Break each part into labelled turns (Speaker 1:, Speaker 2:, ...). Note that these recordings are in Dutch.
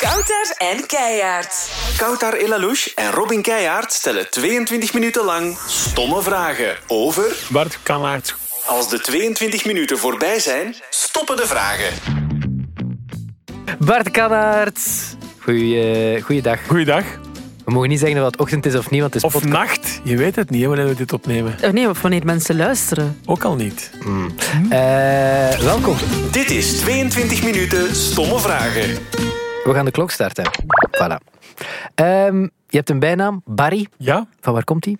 Speaker 1: Kouter en Keijaard.
Speaker 2: Koutar Elalouche en Robin Keijaard stellen 22 minuten lang stomme vragen over...
Speaker 3: Bart Kanaert.
Speaker 2: Als de 22 minuten voorbij zijn, stoppen de vragen.
Speaker 4: Bart Kanaert. Goeie, goeiedag.
Speaker 3: Goeiedag.
Speaker 4: We mogen niet zeggen dat het ochtend is of niet, want het is
Speaker 3: Of
Speaker 4: podcast.
Speaker 3: nacht. Je weet het niet hè, wanneer we dit opnemen.
Speaker 5: Oh nee, of wanneer mensen luisteren.
Speaker 3: Ook al niet.
Speaker 4: Eh, welkom.
Speaker 2: Dit is 22 minuten stomme vragen.
Speaker 4: We gaan de klok starten. Voilà. Ehm, je hebt een bijnaam, Barry.
Speaker 3: Ja,
Speaker 4: Van waar komt die?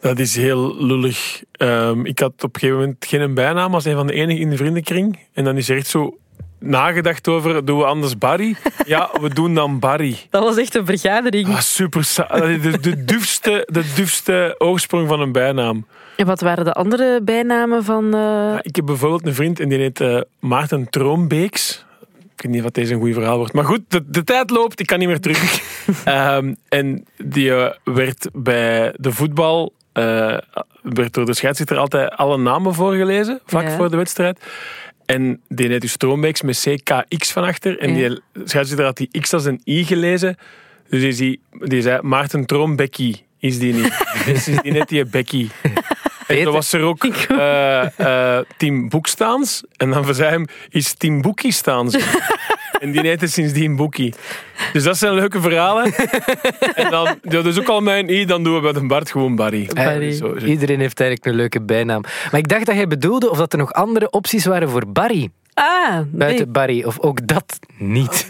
Speaker 3: dat is heel lullig. Ehm, ik had op een gegeven moment geen bijnaam als een van de enigen in de vriendenkring. En dan is er echt zo nagedacht over, doen we anders Barry? Ja, we doen dan Barry.
Speaker 5: Dat was echt een vergadering.
Speaker 3: Ah, super sa- dat is de, de, dufste, de dufste oorsprong van een bijnaam.
Speaker 5: En wat waren de andere bijnamen van... eh,
Speaker 3: Ik heb bijvoorbeeld een vriend en die heet eh, Maarten Troombeeks. Ik weet niet wat deze een goed verhaal wordt. Maar goed, de, de tijd loopt, ik kan niet meer terug. Ehm, en die eh, werd bij de voetbal. eh, werd door de scheidsrechter altijd alle namen voorgelezen. Vlak
Speaker 5: Ja.
Speaker 3: voor de wedstrijd. En die heet dus Troombeeks met CKX van achter. En
Speaker 5: Ja.
Speaker 3: die scheidsrechter had die X als een I gelezen. Dus die, zei- die zei: Maarten Troombekkie is die niet. dus is die net die Becky. En
Speaker 4: Peter.
Speaker 3: dan was er ook eh, eh, Team Boekstaans. En dan van hem is Team Boekistaans. en die heette sindsdien Boekie. Dus dat zijn leuke verhalen. en dan, dat is ook al mijn i, dan doen we bij een Bart gewoon Barry.
Speaker 5: Barry.
Speaker 3: Zo, zo.
Speaker 4: Eh, Iedereen heeft eigenlijk een leuke bijnaam. Maar ik dacht dat jij bedoelde of dat er nog andere opties waren voor Barry.
Speaker 5: Ah, nee.
Speaker 4: Buiten Barry. Of ook dat niet.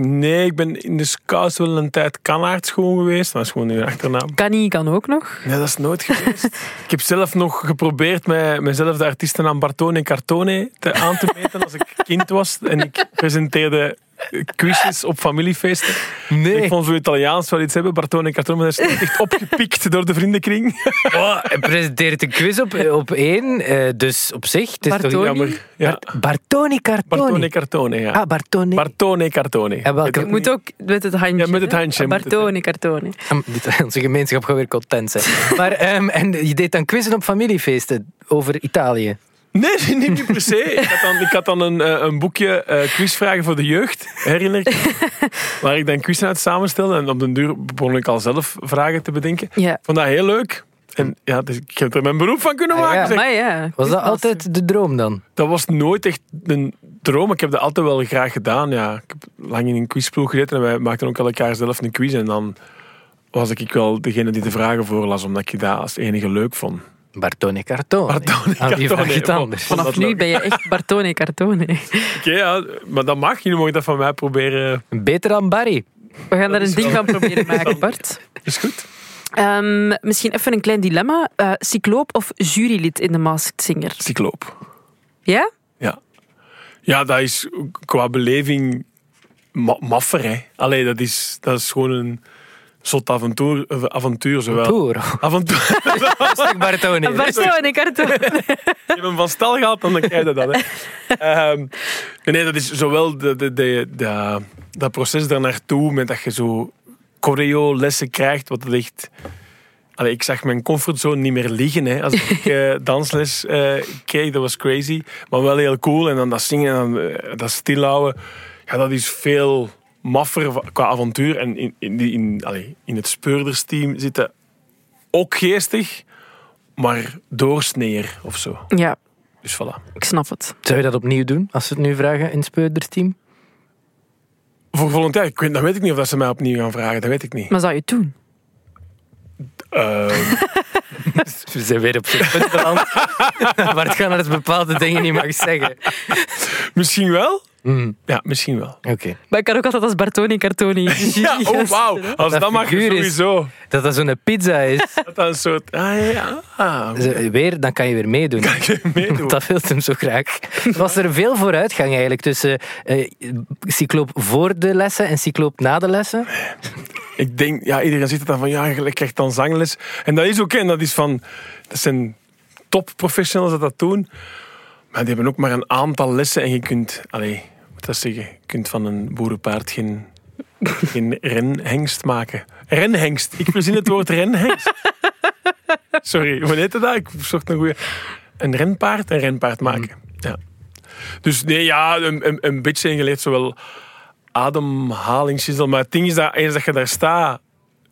Speaker 3: Nee, ik ben in de scouts wel een tijd kanaards gewoon geweest. Dat is gewoon een achternaam.
Speaker 5: Kani kan ook nog.
Speaker 3: Nee, dat is nooit geweest. ik heb zelf nog geprobeerd mij, mezelf de artiestennaam Bartone en Cartone te, aan te meten als ik kind was. En ik presenteerde quizjes op familiefeesten. Ik
Speaker 4: Nee.
Speaker 3: vond zo Italiaans wel iets hebben, Bartone en Cartone, maar dat is niet echt opgepikt door de vriendenkring.
Speaker 4: Oh, hij presenteert een quiz op, op één. eh, dus op zich. Het is
Speaker 5: Bartoni.
Speaker 4: Toch...
Speaker 3: Jammer. Ja.
Speaker 4: Bart- Bartoni Cartoni.
Speaker 3: Bartone en Cartone, ja.
Speaker 4: Ah, Bartoni.
Speaker 3: Bartone en Cartone.
Speaker 4: En welke-
Speaker 5: Je moet ook met het handje.
Speaker 3: Ja, met het
Speaker 5: hè?
Speaker 3: handje, met het-
Speaker 5: Bartone, kartone.
Speaker 4: Ehm, dit- Onze gemeenschap gaat weer content zijn. Maar, ehm, en je deed dan quizzen op familiefeesten over Italië.
Speaker 3: Nee, nee, niet, niet per se. Ik had dan, ik had dan een, eh, een boekje eh, quizvragen voor de jeugd, herinner ik. me, Waar ik dan quizzen uit samenstelde. En op den duur begon ik al zelf vragen te bedenken.
Speaker 5: Ja.
Speaker 3: Ik vond dat heel leuk. En ja, dus ik heb er mijn beroep van kunnen
Speaker 4: Ah,
Speaker 3: maken.
Speaker 4: ja.
Speaker 3: zeg.
Speaker 5: Maar ja.
Speaker 4: Was dat altijd de droom dan?
Speaker 3: Dat was nooit echt een droom. Ik heb dat altijd wel graag gedaan. Ja. Ik heb lang in een quizploeg gezeten en wij maakten ook elkaar zelf een quiz. En dan was ik wel degene die de vragen voorlas, omdat ik dat als enige leuk vond.
Speaker 4: Bartone Cartone. Ah,
Speaker 3: Bartone
Speaker 4: Aan wie vraag je het
Speaker 3: Cartone.
Speaker 4: anders?
Speaker 3: Van-
Speaker 5: Vanaf
Speaker 3: dat
Speaker 5: nu
Speaker 3: leuk?
Speaker 5: ben je echt Bartone, kartone.
Speaker 3: Oké, ja, maar dat mag. Jullie mogen dat van mij proberen.
Speaker 4: Beter dan Barry.
Speaker 5: We gaan daar een ding
Speaker 3: wel-
Speaker 5: van proberen maken, Bart.
Speaker 3: Is goed.
Speaker 5: Ehm, misschien even een klein dilemma. Eh, cycloop of jurylid in de Masked Singer?
Speaker 3: Cycloop.
Speaker 5: Ja?
Speaker 3: Ja. Ja, dat is qua beleving ma maffer, hè. Allee, dat is, dat is gewoon een zot avontuur, eh, avontuur zowel.
Speaker 4: Poer.
Speaker 3: Avontuur.
Speaker 4: Bartone.
Speaker 5: Bartone, kartone.
Speaker 3: Je hebt hem van stal gehad, dan krijg je dat, hè. Ehm, nee, dat is zowel de, de, de, de- dat proces daarnaartoe, met dat je zo choreo-lessen krijgt, wat dat echt... Allee, ik zag mijn comfortzone niet meer liggen. Hè. Als ik eh, dansles eh, keek, dat was crazy. Maar wel heel cool. En dan dat zingen en dan, eh, dat stilhouden. Ja, dat is veel maffer va- qua avontuur. En in, in, die- in, allee, in het speurdersteam zitten ook geestig, maar doorsneer of zo.
Speaker 5: Ja,
Speaker 3: Dus voilà.
Speaker 5: ik snap het.
Speaker 4: Zou je dat opnieuw doen, als ze het nu vragen in het speurdersteam?
Speaker 3: Voor volgend jaar, ik weet, dan weet ik niet of dat ze mij opnieuw gaan vragen. Dat weet ik niet.
Speaker 5: Maar zou je het doen?
Speaker 3: Eh,
Speaker 4: Ze zijn weer op zijn punt beland. Bart Kanaert bepaalde dingen niet mag zeggen.
Speaker 3: misschien wel.
Speaker 4: Hmm,
Speaker 3: Ja, misschien wel.
Speaker 4: Oké.
Speaker 5: Maar ik kan ook altijd als Bartoni, kartoni.
Speaker 3: Ja, oh wauw. Als
Speaker 4: Dat
Speaker 3: dat mag,
Speaker 4: figuur is-
Speaker 3: sowieso.
Speaker 4: Dat dat zo'n pizza is,
Speaker 3: Dat dat een soort... Ah ja, ah,
Speaker 4: ze- weer, dan kan je weer meedoen.
Speaker 3: kan je meedoen.
Speaker 4: Want Dat wil hem zo graag. Was er veel vooruitgang eigenlijk tussen eh, cycloop voor de lessen en cycloop na de lessen?
Speaker 3: Ik denk, ja, iedereen zit er dan van, ja, je krijgt dan zangles. En dat is ook, en dat is van, dat zijn topprofessionals dat dat doen. Maar die hebben ook maar een aantal lessen en je kunt, allee, hoe moet dat zeggen, je kunt van een boerenpaard geen, geen renhengst maken. Renhengst, ik verzin het woord renhengst. Sorry, hoe heette dat? Ik zocht een goede. Een renpaard, een renpaard maken. Ja. Dus nee, ja, een, een, een beetje ingeleerd zowel ademhalingsgizel. Maar het ding is dat eens dat je daar staat.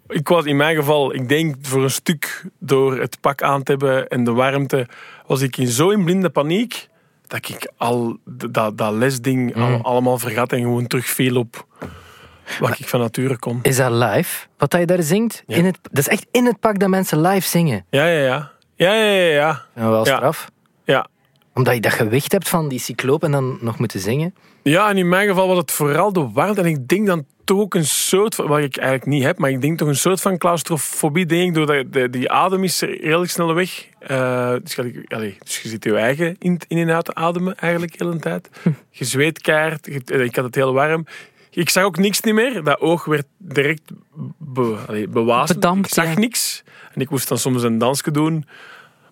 Speaker 3: Ik was in mijn geval, ik denk voor een stuk door het pak aan te hebben en de warmte, was ik in zo'n blinde paniek dat ik al d- dat, dat lesding al- allemaal vergat en gewoon terugviel op wat ik van nature kon.
Speaker 4: Is dat live? Wat dat je daar zingt? In het, dat is echt in het pak dat mensen live zingen.
Speaker 3: Ja, ja, ja. Ja, ja, ja, ja.
Speaker 4: Nou, wel
Speaker 3: Ja.
Speaker 4: straf.
Speaker 3: ja.
Speaker 4: Omdat je dat gewicht hebt van die cycloop en dan nog moeten zingen.
Speaker 3: Ja, en in mijn geval was het vooral de warmte. En ik denk dan toch ook een soort van, wat ik eigenlijk niet heb, maar ik denk toch een soort van claustrofobie, denk ik, doordat de, die adem is er redelijk snel weg. Eh, dus, ga ik- allee, dus je zit je eigen in, in en uit te ademen eigenlijk de hele tijd. Je zweet keihard, je- eh, ik had het heel warm. Ik zag ook niks niet meer. Dat oog werd direct be, allee, bewaasd.
Speaker 5: Bedampt,
Speaker 3: ik zag
Speaker 5: ja.
Speaker 3: niks. En ik moest dan soms een dansje doen.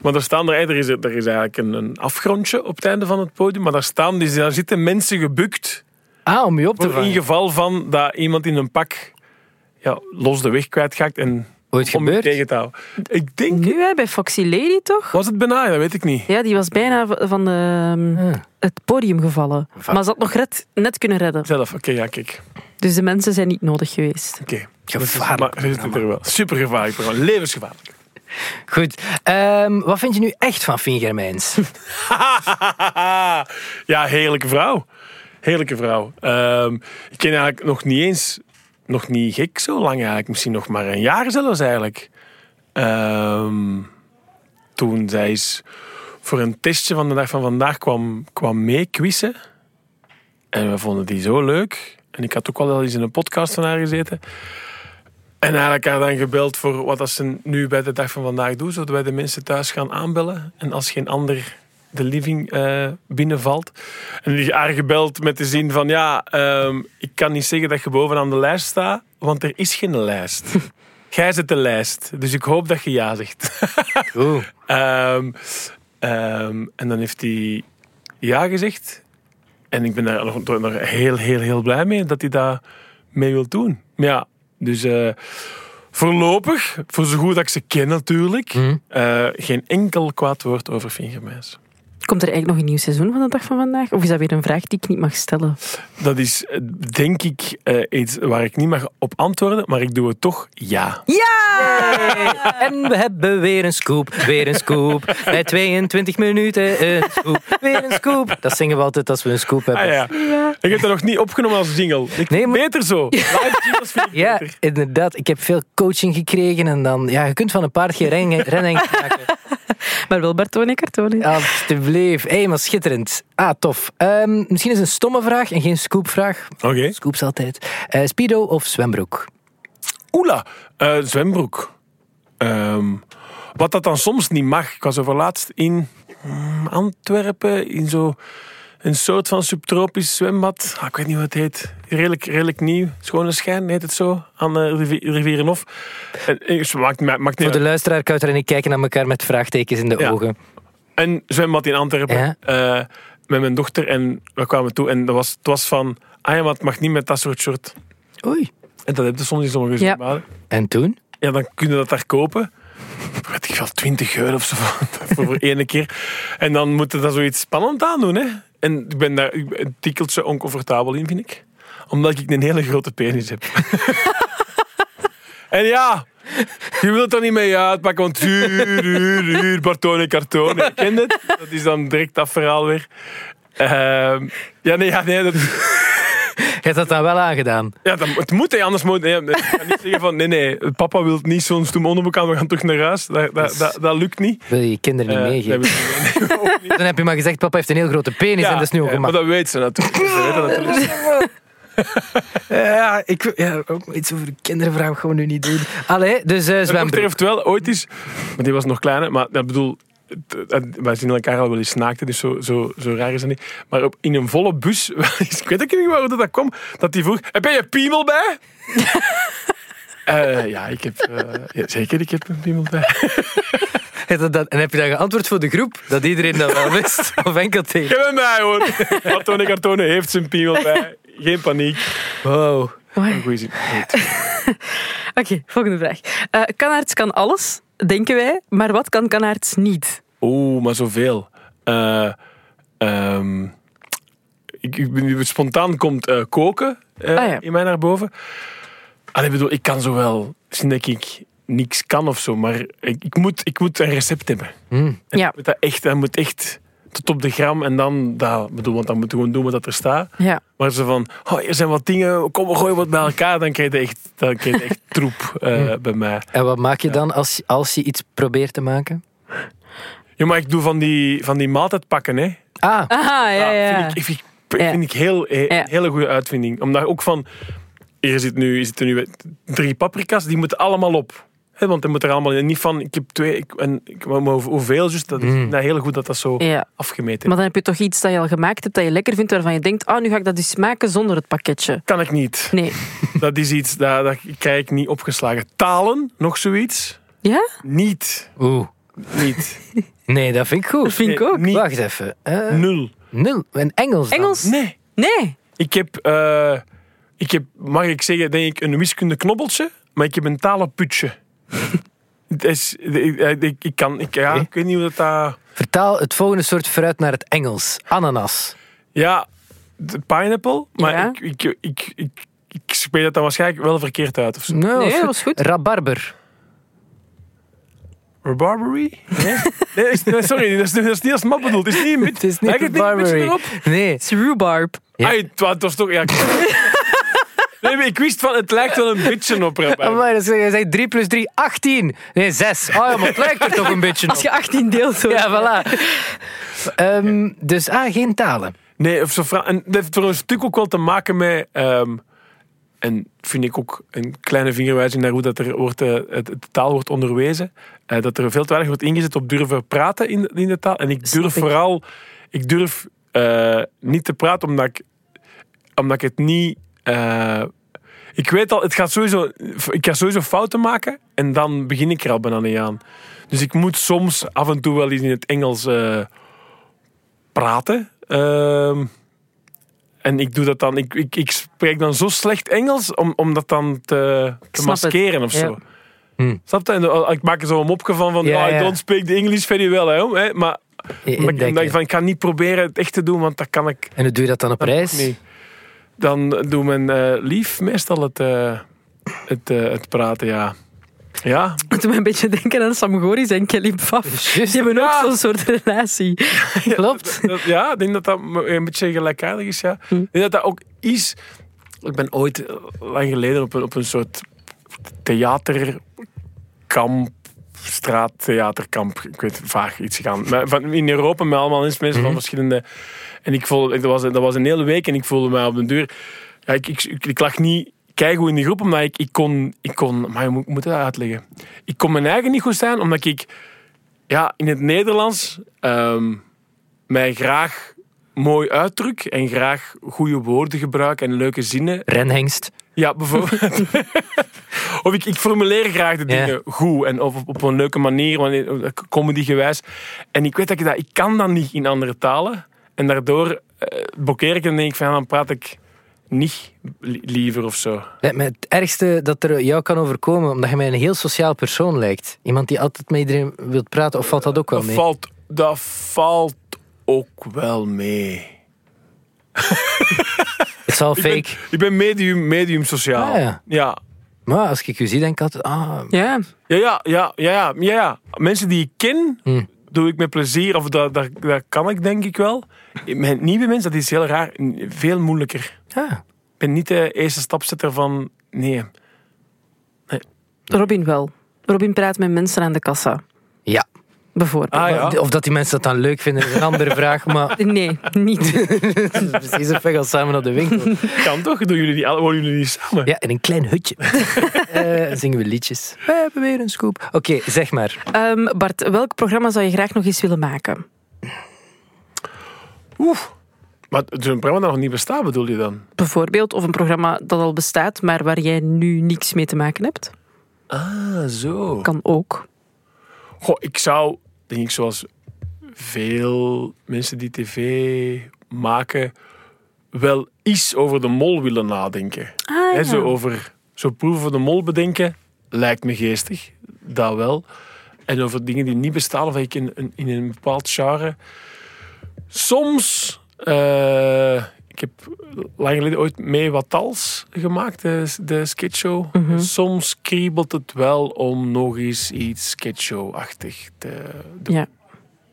Speaker 3: Maar daar staan er, er, is, er is eigenlijk een, een afgrondje op het einde van het podium. Maar daar, staan, dus daar zitten mensen gebukt.
Speaker 4: Ah, om je op te
Speaker 3: Voor in
Speaker 4: vangen.
Speaker 3: geval van dat iemand in een pak ja, los de weg kwijtgaat en
Speaker 4: Ooit
Speaker 3: om je
Speaker 4: gebeurd?
Speaker 3: tegen te houden. Ik denk,
Speaker 5: Nu hè, bij Foxy Lady toch?
Speaker 3: was het bijna, dat weet ik niet.
Speaker 5: Ja, die was bijna v- van ehm,
Speaker 4: Ah.
Speaker 5: het podium gevallen. Maar ze had nog red, net kunnen redden.
Speaker 3: Zelf, oké, ja, kijk.
Speaker 5: Dus de mensen zijn niet nodig geweest.
Speaker 3: Oké.
Speaker 4: Gevaarlijk
Speaker 3: Maar ze zitten er wel. Supergevaarlijk programma. Levensgevaarlijk.
Speaker 4: Goed. Ehm, wat vind je nu echt van Fien Germijns?
Speaker 3: ja, heerlijke vrouw. Heerlijke vrouw. Ehm, ik ken eigenlijk nog niet eens, nog niet gek zo lang eigenlijk, misschien nog maar een jaar zelfs eigenlijk. Ehm, toen zij is voor een testje van de dag van vandaag kwam, kwam mee quizzen. En we vonden die zo leuk. En ik had ook al wel eens in een podcast van haar gezeten. En eigenlijk haar dan gebeld voor wat dat ze nu bij de dag van vandaag doet. Zodat wij de mensen thuis gaan aanbellen. En als geen ander de living eh, binnenvalt. En die haar gebeld met de zin van... Ja, ehm, ik kan niet zeggen dat je bovenaan de lijst staat. Want er is geen lijst. Jij zit de lijst. Dus ik hoop dat je ja zegt.
Speaker 4: Oeh.
Speaker 3: Ehm, ehm, en dan heeft hij ja gezegd. En ik ben daar nog, toch nog heel, heel, heel blij mee dat hij dat mee wil doen. Maar ja, dus eh, voorlopig, voor zo goed dat ik ze ken natuurlijk, eh, geen enkel kwaad woord over vingermeis.
Speaker 5: Komt er eigenlijk nog een nieuw seizoen van de dag van vandaag? Of is dat weer een vraag die ik niet mag stellen?
Speaker 3: Dat is eh, denk ik eh, iets waar ik niet mag op antwoorden, maar ik doe het toch ja.
Speaker 4: Eh, En we hebben weer een scoop, weer een scoop. Bij 22 minuten een scoop, weer een scoop. Dat zingen we altijd als we een scoop hebben.
Speaker 3: Ah, ja. Ik heb dat nog niet opgenomen als jingle. Ik-
Speaker 4: Nee, maar-
Speaker 3: Beter zo. Live jingles vind ik
Speaker 4: Ja,
Speaker 3: beter.
Speaker 4: inderdaad. Ik heb veel coaching gekregen en dan... Ja, je kunt van een paard geen renning, renning maken.
Speaker 5: Maar wel Bertone Cartone.
Speaker 4: Alsjeblieft. Hé, maar schitterend. Ah, tof. Ehm, misschien is een stomme vraag en geen scoopvraag.
Speaker 3: Oké.
Speaker 4: Scoops altijd. Eh, Speedo of zwembroek?
Speaker 3: Oela, eh, zwembroek. Ehm, wat dat dan soms niet mag. Ik was overlaatst in mm, Antwerpen, in zo'n soort van subtropisch zwembad. Ah, ik weet niet hoe het heet. Redelijk, redelijk nieuw. Schone schijn heet het zo. Aan de rivi- Rivierenhof. En, eh, maakt, maakt niet
Speaker 4: Voor
Speaker 3: uit.
Speaker 4: de luisteraar, Kouter en ik kijken naar elkaar met vraagtekens in de
Speaker 3: Ja.
Speaker 4: ogen.
Speaker 3: Een zwembad in Antwerpen.
Speaker 4: Ja.
Speaker 3: eh, met mijn dochter. En we kwamen toe. En dat was, het was van... Ah ja, maar het mag niet met dat soort shirt.
Speaker 4: Oei.
Speaker 3: En dat heb je soms in sommige zwembaden.
Speaker 4: En toen?
Speaker 3: Ja, dan kunnen dat daar kopen. Weet ik wel, 20 euro of zo voor, voor- voor ene keer. En dan moeten dat zoiets spannend aandoen. Hè? En ik ben daar ik ben een tikkeltje oncomfortabel in, vind ik. Omdat ik een hele grote penis heb. en ja, je wilt er niet mee uitpakken, want tuur, uur, uur, Bartone, kartone. Je kent het? Dat is dan direct dat verhaal weer. Ehm, ja, nee, ja, nee dat,
Speaker 4: Je hebt dat dan wel aangedaan.
Speaker 3: ja, dat, het moet, hè, anders moet... Nee, ik kan niet zeggen van, nee, nee, papa wil niet zo'n stoem onderbroek aan, we gaan terug naar huis. Dat, dat, dat, dat lukt niet.
Speaker 4: Wil je je kinderen niet
Speaker 3: Eh,
Speaker 4: meegeven?
Speaker 3: dat hebben we- nee, ook niet.
Speaker 4: Dan heb je maar gezegd, papa heeft een heel grote penis en dat is dus nu
Speaker 3: Ja, ja, Maar dat weet
Speaker 4: ongemakkelijk.
Speaker 3: ze natuurlijk. Ze weet dat natuurlijk.
Speaker 4: Ja, ik, ja, ook iets over kinderen vragen gaan we nu niet doen. Allee, dus eh
Speaker 3: Mijn dochter
Speaker 4: zwembroek.
Speaker 3: heeft wel ooit eens... Maar die was nog kleiner, maar dat bedoel... het- het- Wij zien elkaar al wel eens naakt, dus zo, zo, zo raar is dat niet. Maar op, in een volle bus, ik weet ook niet waar dat, dat kwam, dat die vroeg, heb jij je piemel bij? Eh, ja, ik heb... eh, ja, zeker, ik heb een piemel bij.
Speaker 4: Heeft dat dan- En heb je dan geantwoord voor de groep? Dat iedereen dat wel wist? Of enkel tegen?
Speaker 3: Ik heb hem bij hoor. Kartonen Kartonen heeft zijn piemel bij. Geen paniek.
Speaker 4: Wow.
Speaker 5: Oei.
Speaker 3: Een goeie zin.
Speaker 5: Oké, volgende vraag. Eh Kanaerts kan alles, denken wij. Maar wat kan Kanaerts niet?
Speaker 3: Oeh, maar zoveel. Eh, ehm, ik, ik ben, nu- spontaan komt eh, koken eh,
Speaker 5: Ah, ja.
Speaker 3: in mij naar boven. Allee, ik bedoel, ik kan zo wel. Het is niet dat ik niks kan of zo, maar ik, ik, moet, ik moet een recept hebben.
Speaker 4: Hm.
Speaker 5: Ja,
Speaker 3: Ik moet dat echt, dat moet echt tot op de gram en dan dat. Bedoel, want dan moet je gewoon doen wat dat er staat.
Speaker 5: ja.
Speaker 3: Maar ze van, oh, er zijn wat dingen, kom we gooien wat bij elkaar. Dan krijg je echt, dan krijg je echt troep eh, bij mij.
Speaker 4: En wat maak je dan als, als je iets probeert te maken?
Speaker 3: Ja, maar ik doe van die, van die maaltijdpakken, hè.
Speaker 4: Ah,
Speaker 5: Aha, ja, ja.
Speaker 3: vind ik, vind ik, vind ik heel, he-
Speaker 5: Ja.
Speaker 3: hele goede uitvinding. Omdat ook van, hier zit nu, hier zitten nu drie paprika's, die moeten allemaal op. hè want die moeten er allemaal in. Niet van, ik heb twee, ik, en, ik, maar hoe- hoeveel, dus dat is
Speaker 4: Mm.
Speaker 3: nou, heel goed dat dat zo
Speaker 5: ja.
Speaker 3: afgemeten is.
Speaker 5: Maar dan heb je toch iets dat je al gemaakt hebt, dat je lekker vindt, waarvan je denkt, ah, nu ga ik dat eens maken zonder het pakketje.
Speaker 3: Kan ik niet.
Speaker 5: Nee.
Speaker 3: Dat is iets, dat, dat krijg ik niet opgeslagen. Talen, nog zoiets?
Speaker 5: Ja?
Speaker 3: Niet.
Speaker 4: oeh.
Speaker 3: Niet.
Speaker 4: Nee, dat vind ik goed.
Speaker 5: Vind ik
Speaker 3: Nee,
Speaker 5: ook.
Speaker 3: Niet.
Speaker 4: Wacht even. Eh,
Speaker 3: Nul.
Speaker 4: nul. En Engels dan?
Speaker 5: Engels?
Speaker 3: Nee.
Speaker 5: Nee.
Speaker 3: Ik heb, eh, ik heb, mag ik zeggen, denk ik een wiskundeknobbeltje, maar ik heb een talenputje. Het is, ik, eh, ik, ik kan, ik, ja,
Speaker 4: Oké.
Speaker 3: ik weet niet hoe dat... daar.
Speaker 4: Vertaal het volgende soort fruit naar het Engels. Ananas.
Speaker 3: ja, de pineapple, maar
Speaker 5: Ja.
Speaker 3: ik, ik, ik, ik, ik, speel dat dan waarschijnlijk wel verkeerd uit of zo.
Speaker 4: Nee,
Speaker 5: Nee,
Speaker 4: was goed.
Speaker 5: was goed.
Speaker 4: Rabarber.
Speaker 3: Barberry? Nee, nee, is- nee, sorry, dat is, dat is niet als map bedoeld. Het is niet een
Speaker 4: Het is niet
Speaker 3: Lijkt het niet een beetje
Speaker 4: barberry.
Speaker 3: erop?
Speaker 4: Nee.
Speaker 5: Het is rhubarb.
Speaker 4: Ja.
Speaker 3: Ai, Ah, het wa- het was toch... Ja, ik- nee, maar ik wist van, het lijkt wel een beetje op rabarber.
Speaker 4: Amai, dat is, je zegt 3 plus 3, 18. Nee, 6. Oh ja, maar het lijkt er toch een beetje
Speaker 5: Als
Speaker 4: op.
Speaker 5: je 18 deelt, zo.
Speaker 4: Ja, voilà. Ehm, dus ah, geen talen.
Speaker 3: Nee, of zo Fra- en dat heeft voor een stuk ook wel te maken met. ehm, en vind ik ook een kleine vingerwijzing naar hoe dat er wordt, eh, het, het taal wordt onderwezen. Eh, dat er veel te weinig wordt ingezet op durven praten in, in de taal. En ik
Speaker 5: Snap
Speaker 3: durf
Speaker 5: ik.
Speaker 3: vooral. Ik durf eh, niet te praten omdat ik, omdat ik het niet. eh, ik weet al, het gaat sowieso, ik ga sowieso fouten maken en dan begin ik er al bijna niet aan. Dus ik moet soms af en toe wel iets in het Engels eh, praten. Ehm, en ik doe dat dan, ik, ik, ik spreek dan zo slecht Engels om, om dat dan te, te
Speaker 5: snap
Speaker 3: maskeren of
Speaker 5: het, ja.
Speaker 3: zo.
Speaker 4: Hm.
Speaker 3: Snap je? En, eh, Ik maak er zo'n mopje van, van
Speaker 4: Ja,
Speaker 3: "Oh, I
Speaker 4: ja.
Speaker 3: don't speak the English very well. Hè, om, hè, maar
Speaker 4: Je
Speaker 3: omdat ik, omdat
Speaker 4: indekken.
Speaker 3: ik van, ik ga niet proberen het echt te doen, want dat kan ik
Speaker 4: En hoe doe je dat dan op reis?
Speaker 3: Nee. Dan doet mijn eh, lief meestal het, eh, het, eh, het praten, ja. Ja,
Speaker 5: Ik moet me een beetje denken aan Sam Goris en Kelly Pfaff. Die hebben ook zo'n soort relatie.
Speaker 4: Klopt.
Speaker 3: dat, ja, ik denk dat dat een beetje gelijkaardig is, ja. Ik denk dat dat ook is... Ik ben ooit eh, lang geleden op een, op een soort theaterkamp, straattheaterkamp, ik weet vaag iets gaan. Maar van, in Europa met allemaal mensen van verschillende... En ik voelde, dat, was, dat was een hele week en ik voelde mij op den duur... Ja, ik, ik, ik, ik lag niet keigoed in die groep, omdat ik, ik kon... Ik kon maar hoe moet, moet ik dat uitleggen? Ik kon mijn eigen niet goed zijn, omdat ik... Ja, in het Nederlands... ehm, mij graag mooi uitdruk en graag goede woorden gebruik en leuke zinnen.
Speaker 4: Renhengst.
Speaker 3: Ja, bijvoorbeeld. of ik, ik formuleer graag de
Speaker 4: Ja.
Speaker 3: dingen goed en of op, op een leuke manier, wanneer- eh, comedygewijs. En ik weet dat ik dat... Ik kan dat niet in andere talen. En daardoor eh, blokkeer ik en denk ik van, ja, dan praat ik niet li- liever of zo.
Speaker 4: Lijkt me het ergste dat er jou kan overkomen, omdat je mij een heel sociaal persoon lijkt. Iemand die altijd met iedereen wilt praten, of valt dat ook wel
Speaker 3: Dat
Speaker 4: mee?
Speaker 3: valt, dat valt ook wel mee.
Speaker 4: Het is al
Speaker 3: Ik ben,
Speaker 4: fake.
Speaker 3: ik ben medium, medium sociaal.
Speaker 4: Ah, ja.
Speaker 3: ja,
Speaker 4: Maar als ik je zie, denk ik altijd, ah,
Speaker 5: Ja.
Speaker 3: Ja, ja, ja, ja, ja, ja, ja. Mensen die ik ken, doe ik met plezier. Of dat, dat, dat kan ik denk ik wel. Met nieuwe mensen, dat is heel raar. n- Veel moeilijker.
Speaker 4: ah.
Speaker 3: Ik ben niet de eerste stapzetter van... Nee.
Speaker 5: Robin wel. Robin praat met mensen aan de kassa.
Speaker 4: Ja.
Speaker 5: Bijvoorbeeld.
Speaker 3: Ah ja.
Speaker 4: Of dat die mensen dat dan leuk vinden, is een andere vraag, maar
Speaker 5: Nee, niet.
Speaker 4: het is precies een weg als samen op de winkel.
Speaker 3: Kan toch? Doen jullie die, alle- wonen jullie niet samen?
Speaker 4: Ja, in een klein hutje. Eh, zingen we liedjes. We hebben weer een scoop. Oké, zeg maar.
Speaker 5: Ehm, Bart, welk programma zou je graag nog eens willen maken?
Speaker 3: Oeh. Maar zo'n programma dat nog niet bestaat, bedoel je dan?
Speaker 5: Bijvoorbeeld, of een programma dat al bestaat, maar waar jij nu niks mee te maken hebt?
Speaker 3: Ah, zo.
Speaker 5: Kan ook.
Speaker 3: Goh, ik zou, denk ik, zoals veel mensen die tv maken, wel iets over de mol willen nadenken.
Speaker 5: Ah,
Speaker 3: Hè, zo over zo proeven van de mol bedenken, lijkt me geestig. Dat wel. En over dingen die niet bestaan of ik in, in, in een bepaald genre. Soms eh, Ik heb lang geleden ooit mee wat tals gemaakt, de, de sketchshow.
Speaker 5: Mhm.
Speaker 3: Soms kriebelt het wel om nog eens iets sketchshow-achtig te doen.
Speaker 5: Ja.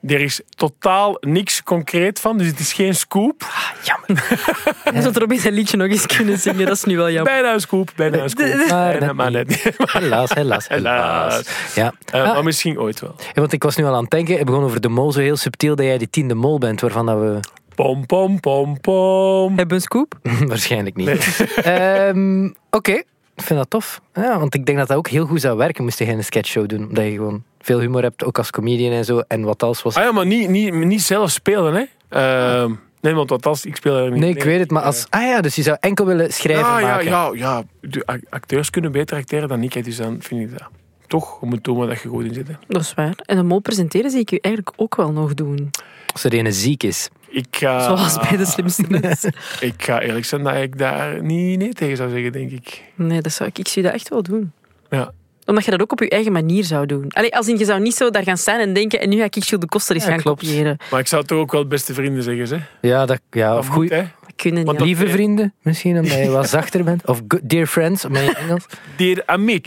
Speaker 3: Er is totaal niks concreet van, dus het is geen scoop.
Speaker 5: Jammer. Hij zou er opeens een liedje nog eens kunnen zingen. Dat is nu wel jammer.
Speaker 3: Bijna een scoop, bijna een scoop.
Speaker 5: de-
Speaker 4: Maar
Speaker 3: Bijna,
Speaker 4: net
Speaker 3: maar
Speaker 4: niet.
Speaker 3: net niet.
Speaker 4: Helaas, helaas, helaas.
Speaker 3: Helaas.
Speaker 4: Ja.
Speaker 3: Eh,
Speaker 4: Ah,
Speaker 3: Maar misschien ooit wel.
Speaker 4: ja, want ik was nu al aan het denken, ik begon over de mol zo heel subtiel dat jij die tiende mol bent, waarvan dat we
Speaker 3: Pom, pom, pom, pom.
Speaker 5: Hebben we een scoop?
Speaker 4: waarschijnlijk niet. Ehm, Oké, ik vind dat tof. Ja, want ik denk dat dat ook heel goed zou werken, moest je geen sketchshow doen. Omdat je gewoon veel humor hebt, ook als comedian en zo. En wat als was...
Speaker 3: Ah ja, maar niet, niet, niet zelf spelen, hè? Ehm, nee, want wat als ik speel er niet.
Speaker 4: Nee, ik weet het, maar als... Ah ja, dus je zou enkel willen schrijven
Speaker 3: Ah, ja, ja,
Speaker 4: maken.
Speaker 3: ja, ja. De ac- acteurs kunnen beter acteren dan ik, hè, dus dan vind ik dat. Toch, je moet doen wat je goed in zit. hè.
Speaker 5: Dat is waar. En de mol presenteren zie ik u eigenlijk ook wel nog doen.
Speaker 4: Als er een ziek is.
Speaker 3: Ik ga,
Speaker 5: Zoals bij de slimste
Speaker 4: Ah.
Speaker 5: mensen.
Speaker 3: ik ga eerlijk zijn dat ik daar niet nee tegen zou zeggen, denk ik.
Speaker 5: Nee, dat zou ik, ik zie dat echt wel doen.
Speaker 3: Ja.
Speaker 5: Omdat je dat ook op je eigen manier zou doen. Allee, als in, je zou niet zo daar gaan staan en denken en nu ga ik Gilles de Koster eens
Speaker 4: Ja,
Speaker 5: gaan
Speaker 4: klopt.
Speaker 5: kopiëren.
Speaker 3: Maar ik zou toch ook wel beste vrienden zeggen, hè?
Speaker 4: Ja, dat, ja
Speaker 3: Dat
Speaker 4: of
Speaker 3: moet,
Speaker 4: goeie,
Speaker 3: hè?
Speaker 5: Dat kunnen
Speaker 3: Want
Speaker 5: niet.
Speaker 4: lieve vrienden, misschien, omdat je wat zachter bent. Of good- dear friends, omdat je Engels.
Speaker 3: Dear Amik.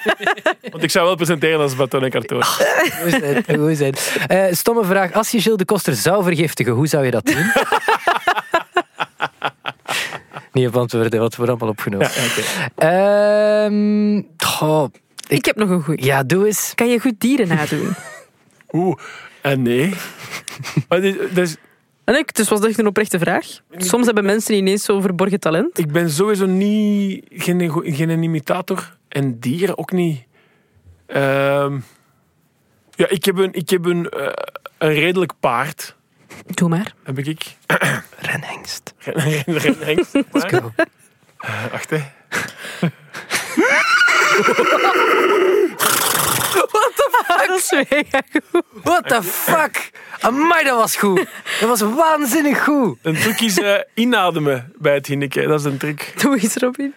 Speaker 3: want ik zou wel presenteren als Batonek Artoor.
Speaker 4: Hoe is het? Hoe is het? Eh, stomme vraag. Als je Gilles de Koster zou vergiftigen, hoe zou je dat doen? Niet op antwoorden, want we hebben allemaal opgenomen. Ehm, goh,
Speaker 5: Ik, heb nog een goeie.
Speaker 4: ja, doe eens.
Speaker 5: Kan je goed dieren nadoen?
Speaker 3: Oeh, en nee. Maar dit- dus,
Speaker 5: en ik, dus was dat echt een oprechte vraag. Soms hebben mensen ineens zo'n verborgen talent.
Speaker 3: Ik ben sowieso niet, geen, go- geen imitator. En dieren ook niet. Ehm, ja, ik heb, een, ik heb een, eh, een redelijk paard.
Speaker 5: Doe maar.
Speaker 3: Heb ik. ik.
Speaker 4: Ren Hengst.
Speaker 3: Geen- geen- geen hengst, maar-
Speaker 4: go.
Speaker 3: Eh, wacht, hè.
Speaker 5: Dat is mega goed.
Speaker 4: What the fuck? Amai, dat was goed. Dat was waanzinnig goed.
Speaker 3: Een truc is eh, inademen bij het hinniken. Dat is een truc.
Speaker 5: Doe eens, Robin.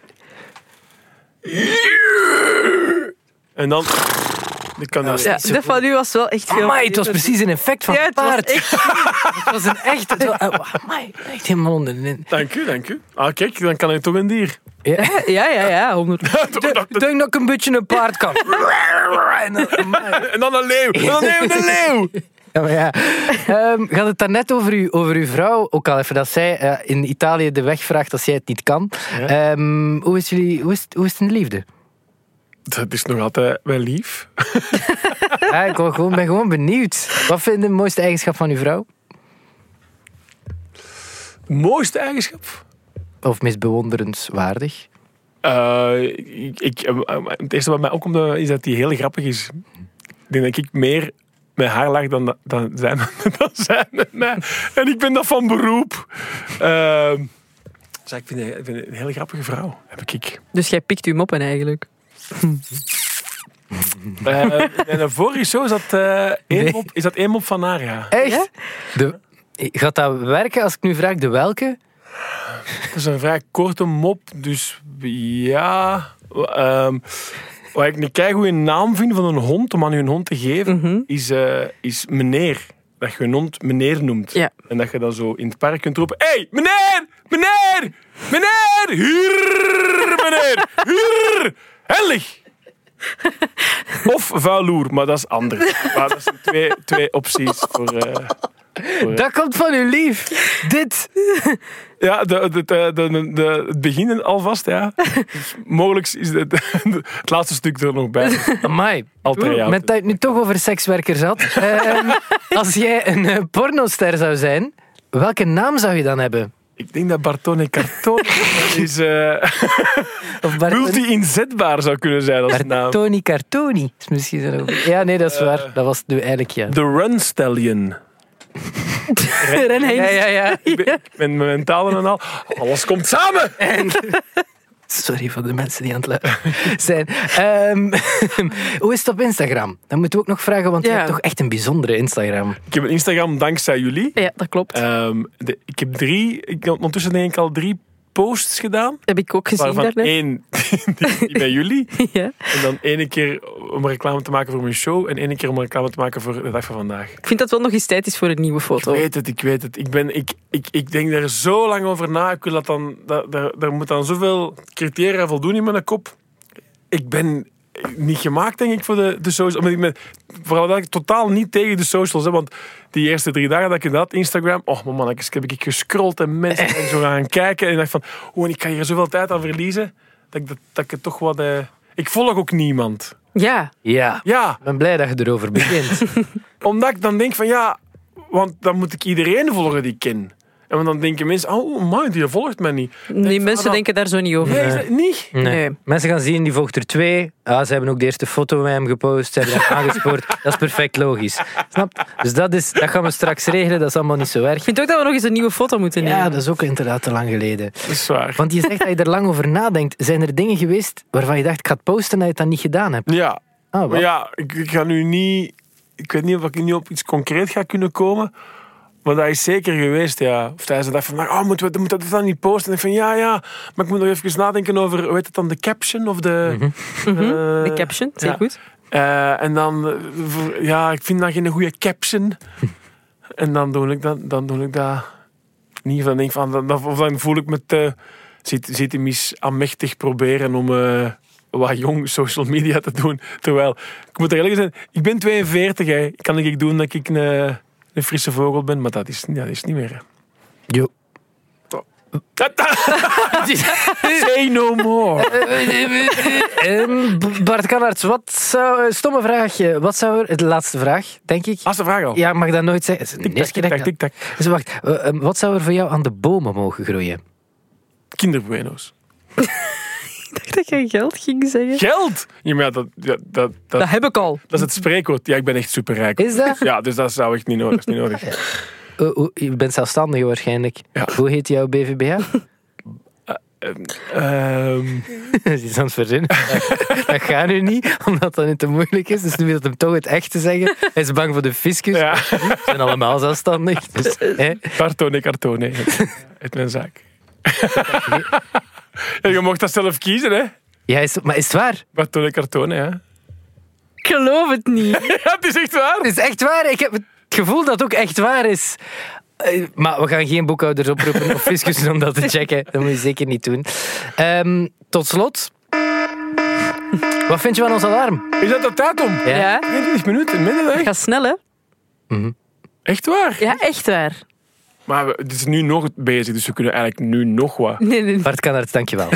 Speaker 3: En dan... Ik kan dat.
Speaker 5: Ja, dat van u was wel echt veel.
Speaker 4: Amai, het was precies een effect van
Speaker 5: Ja,
Speaker 4: het
Speaker 5: het was
Speaker 4: paard.
Speaker 5: echt-
Speaker 4: Het was een echt... Het was, eh, amai, echt helemaal onderin.
Speaker 3: Dank u, dank u. Ah, kijk, dan kan ik toch een dier.
Speaker 4: Ja.
Speaker 5: Ja, ja, ja. 100.
Speaker 4: Ik denk dat ik een beetje een paard kan. En dan- amai.
Speaker 3: En dan een leeuw. En dan een leeuw, een leeuw.
Speaker 4: Ja, maar ja. Ehm, we hadden het daarnet over, u, over uw vrouw, ook al even dat zij eh, in Italië de weg vraagt als jij het niet kan. Ehm, hoe, is jullie, hoe, is, het- hoe is het in de liefde?
Speaker 3: Dat is nog altijd wel lief.
Speaker 4: Ja, ik wou gewoon, ben gewoon benieuwd. Wat vind je de mooiste eigenschap van uw vrouw?
Speaker 3: Mooiste eigenschap?
Speaker 4: Of meest bewonderenswaardig?
Speaker 3: Eh, ik, ik- eh, het eerste wat mij opkomt eh, is dat die heel grappig is. Ik denk dat ik meer met haar lag dan, da- dan, zij, met- dan zij met mij. En ik ben dat van beroep. Ehm, dus ik vind, ik vind een hele grappige vrouw, heb ik. ik.
Speaker 5: Dus jij pikt uw moppen eigenlijk.
Speaker 3: Eh, en daarvoor is zo, is dat, eh één
Speaker 4: Nee.
Speaker 3: mop, is dat één mop van haar, ja.
Speaker 4: Echt? De, gaat dat werken als ik nu vraag de welke?
Speaker 3: Dat is een vrij korte mop, dus ja... Ehm wat ik een keigoede naam vind van een hond, om aan uw hond te geven, is, eh, is meneer. Dat je een hond meneer noemt.
Speaker 5: Ja.
Speaker 3: En dat je dan zo in het park kunt roepen... Hé, hey, meneer! Meneer! Meneer! Hier, meneer! Hier! Hellig! Of vuiloer, maar dat is anders. Maar dat zijn twee, twee opties voor... eh,
Speaker 4: Dat komt van uw lief. Dit.
Speaker 3: Ja, de, de, de, de, de- de- het begin alvast, ja. Dus mogelijk is het, het laatste stuk er nog bij.
Speaker 4: Amai.
Speaker 3: Altijd ja.
Speaker 4: Met dat je het nu toch over sekswerkers had. Ehm, als jij een eh, pornoster zou zijn, welke naam zou je dan hebben?
Speaker 3: Ik denk dat Bartone Carton is eh,
Speaker 4: Of Bart-
Speaker 3: multi-inzetbaar zou kunnen zijn als naam.
Speaker 4: Bartoni Cartoni is misschien zo. Ja, nee, dat is waar. Dat was nu eigenlijk ja.
Speaker 3: The Run Stallion.
Speaker 5: Ren
Speaker 4: Ja,
Speaker 5: Hengst.
Speaker 4: ja, ja.
Speaker 3: Ik ben, ik ben mentaal en al. Alles komt samen!
Speaker 4: Sorry voor de mensen die aan het luisteren zijn. Ehm, hoe is het op Instagram? Dat moeten we ook nog vragen, want je
Speaker 5: Ja.
Speaker 4: hebt toch echt een bijzondere Instagram.
Speaker 3: Ik heb een Instagram dankzij jullie.
Speaker 5: Ja, dat klopt.
Speaker 3: Ehm, de- ik heb drie, ik, ondertussen denk ik al drie posts gedaan.
Speaker 5: Heb ik ook gezien
Speaker 3: Waarvan
Speaker 5: daarnet.
Speaker 3: één die, die bij jullie.
Speaker 5: Ja.
Speaker 3: En dan ene keer om reclame te maken voor mijn show. En ene keer om reclame te maken voor de dag van vandaag.
Speaker 5: Ik vind dat wel nog eens tijd is voor een nieuwe
Speaker 3: Ik
Speaker 5: foto.
Speaker 3: weet het, ik weet het. Ik, ben, ik, ik, ik denk daar zo lang over na. Ik wil dat dan, dat, daar, daar moet dan zoveel criteria voldoen in mijn kop. Ik ben niet gemaakt, denk ik, voor de, de socials. Maar ik ben vooral dat ik totaal niet tegen de socials. Hè, want die eerste drie dagen dat ik dat had, Instagram... Oh, man, mannetjes, heb ik gescrollt en mensen zijn zo gaan kijken. En ik dacht van, oh, en ik kan hier zoveel tijd aan verliezen. Dat ik, dat, dat ik het toch wat... eh, ik volg ook niemand.
Speaker 5: Ja,
Speaker 4: Ja.
Speaker 3: Ja,
Speaker 4: Ik ben blij dat je erover begint.
Speaker 3: omdat ik dan denk van ja, want dan moet ik iedereen volgen die ik ken. En dan denken mensen, oh man, die volgt mij niet. Denk
Speaker 5: die
Speaker 3: van,
Speaker 5: mensen
Speaker 3: ah,
Speaker 5: denken daar zo niet over.
Speaker 3: Nee, is dat niet?
Speaker 4: Nee. Mm.
Speaker 5: Nee.
Speaker 4: Mensen gaan zien, die volgt er twee. Ah, ze hebben ook de eerste foto met hem gepost. Ze hebben hem aangespoord. Dat is perfect logisch. Snap? Dus dat, is, dat gaan we straks regelen. Dat is allemaal niet zo erg.
Speaker 5: Ik vind ook dat we nog eens een nieuwe foto moeten nemen.
Speaker 4: Ja, dat is ook inderdaad te lang geleden.
Speaker 3: Dat is waar.
Speaker 4: Want je zegt dat je er lang over nadenkt. Zijn er dingen geweest waarvan je dacht, ik ga het posten en dat je het dan niet gedaan hebt?
Speaker 3: Ja,
Speaker 4: Ah,
Speaker 3: maar
Speaker 4: wat?
Speaker 3: ja, ik, ik ga nu niet... Ik weet niet of ik nu op iets concreet ga kunnen komen. Maar dat is zeker geweest, ja. Of tijdens de dag van, oh, moeten we, moet dat dan niet posten? En ik van, ja, ja. Maar ik moet nog even nadenken over, hoe heet het dan, de caption of de...
Speaker 4: Mhm.
Speaker 3: eh,
Speaker 5: De caption, zeer
Speaker 3: ja.
Speaker 5: goed.
Speaker 3: Eh, en dan, eh, voor- ja, ik vind dat geen goede caption. en dan doe ik dat, dan doe ik dat niet. Of dan, denk ik van, dan, dan- of dan voel ik me te, zit, zit hem eens aanmächtig proberen om eh, wat jong social media te doen. Terwijl, ik moet er eerlijk zijn, ik ben 42, hè. kan ik doen dat ik een, een frisse vogel ben, maar dat is, ja, dat is niet meer. hè.
Speaker 4: Jo.
Speaker 3: Say no more.
Speaker 4: Ehm, B- Bart Kannaerts, wat zou... eh, Stomme vraagje. Wat zou er... De laatste vraag, denk ik.
Speaker 3: Laatste vraag al.
Speaker 4: Ja, ik mag dat nooit zeggen. Het is de
Speaker 3: Tik-tak,
Speaker 4: eerste keer dat ik
Speaker 3: tik-tak,
Speaker 4: dat-
Speaker 3: tik-tak.
Speaker 4: Dus wacht, eh, ehm, wat zou er voor jou aan de bomen mogen groeien?
Speaker 3: Kinderbueno's.
Speaker 5: Ik dacht dat jij geld ging zeggen.
Speaker 3: Geld! Ja, maar ja, dat, ja, dat, dat,
Speaker 5: Dat heb ik al.
Speaker 3: dat is het spreekwoord. Ja, ik ben echt superrijk.
Speaker 4: Is dat?
Speaker 3: Ja, dus dat zou echt niet nodig. is niet nodig.
Speaker 4: Oh, oh, je bent zelfstandig waarschijnlijk.
Speaker 3: Ja.
Speaker 4: Hoe heet jouw BVBH?
Speaker 3: Ehm,
Speaker 4: Dat is iets aan het verzinnen. Dat gaat nu niet, omdat dat nu te moeilijk is. Dus nu wil het hem toch het echte zeggen. Hij is bang voor de fiscus.
Speaker 3: ja,
Speaker 4: We zijn allemaal zelfstandig. Dus, hè.
Speaker 3: kartone, kartone. Het mijn zaak. Ja, je mocht dat zelf kiezen, hè?
Speaker 4: Ja, is, maar is het waar?
Speaker 3: Kartone, kartone, ja.
Speaker 5: Ik geloof het niet.
Speaker 3: Ja, het is echt waar.
Speaker 4: Het is echt waar. Ik heb het gevoel dat het ook echt waar is. Eh, Maar we gaan geen boekhouders oproepen of fiscussen om dat te checken. Dat moet je zeker niet doen. Ehm, tot slot. Wat vind je van ons alarm?
Speaker 3: Is dat de tijd om?
Speaker 4: Ja.
Speaker 5: Ja.
Speaker 3: 20 minuten, minder dan
Speaker 5: Ga snel, hè?
Speaker 3: Echt waar.
Speaker 5: Ja, echt waar.
Speaker 3: Maar we- het is nu nog bezig, dus we kunnen eigenlijk nu nog wat.
Speaker 5: Nee, nee, nee.
Speaker 4: Bart Kannaert, dankjewel.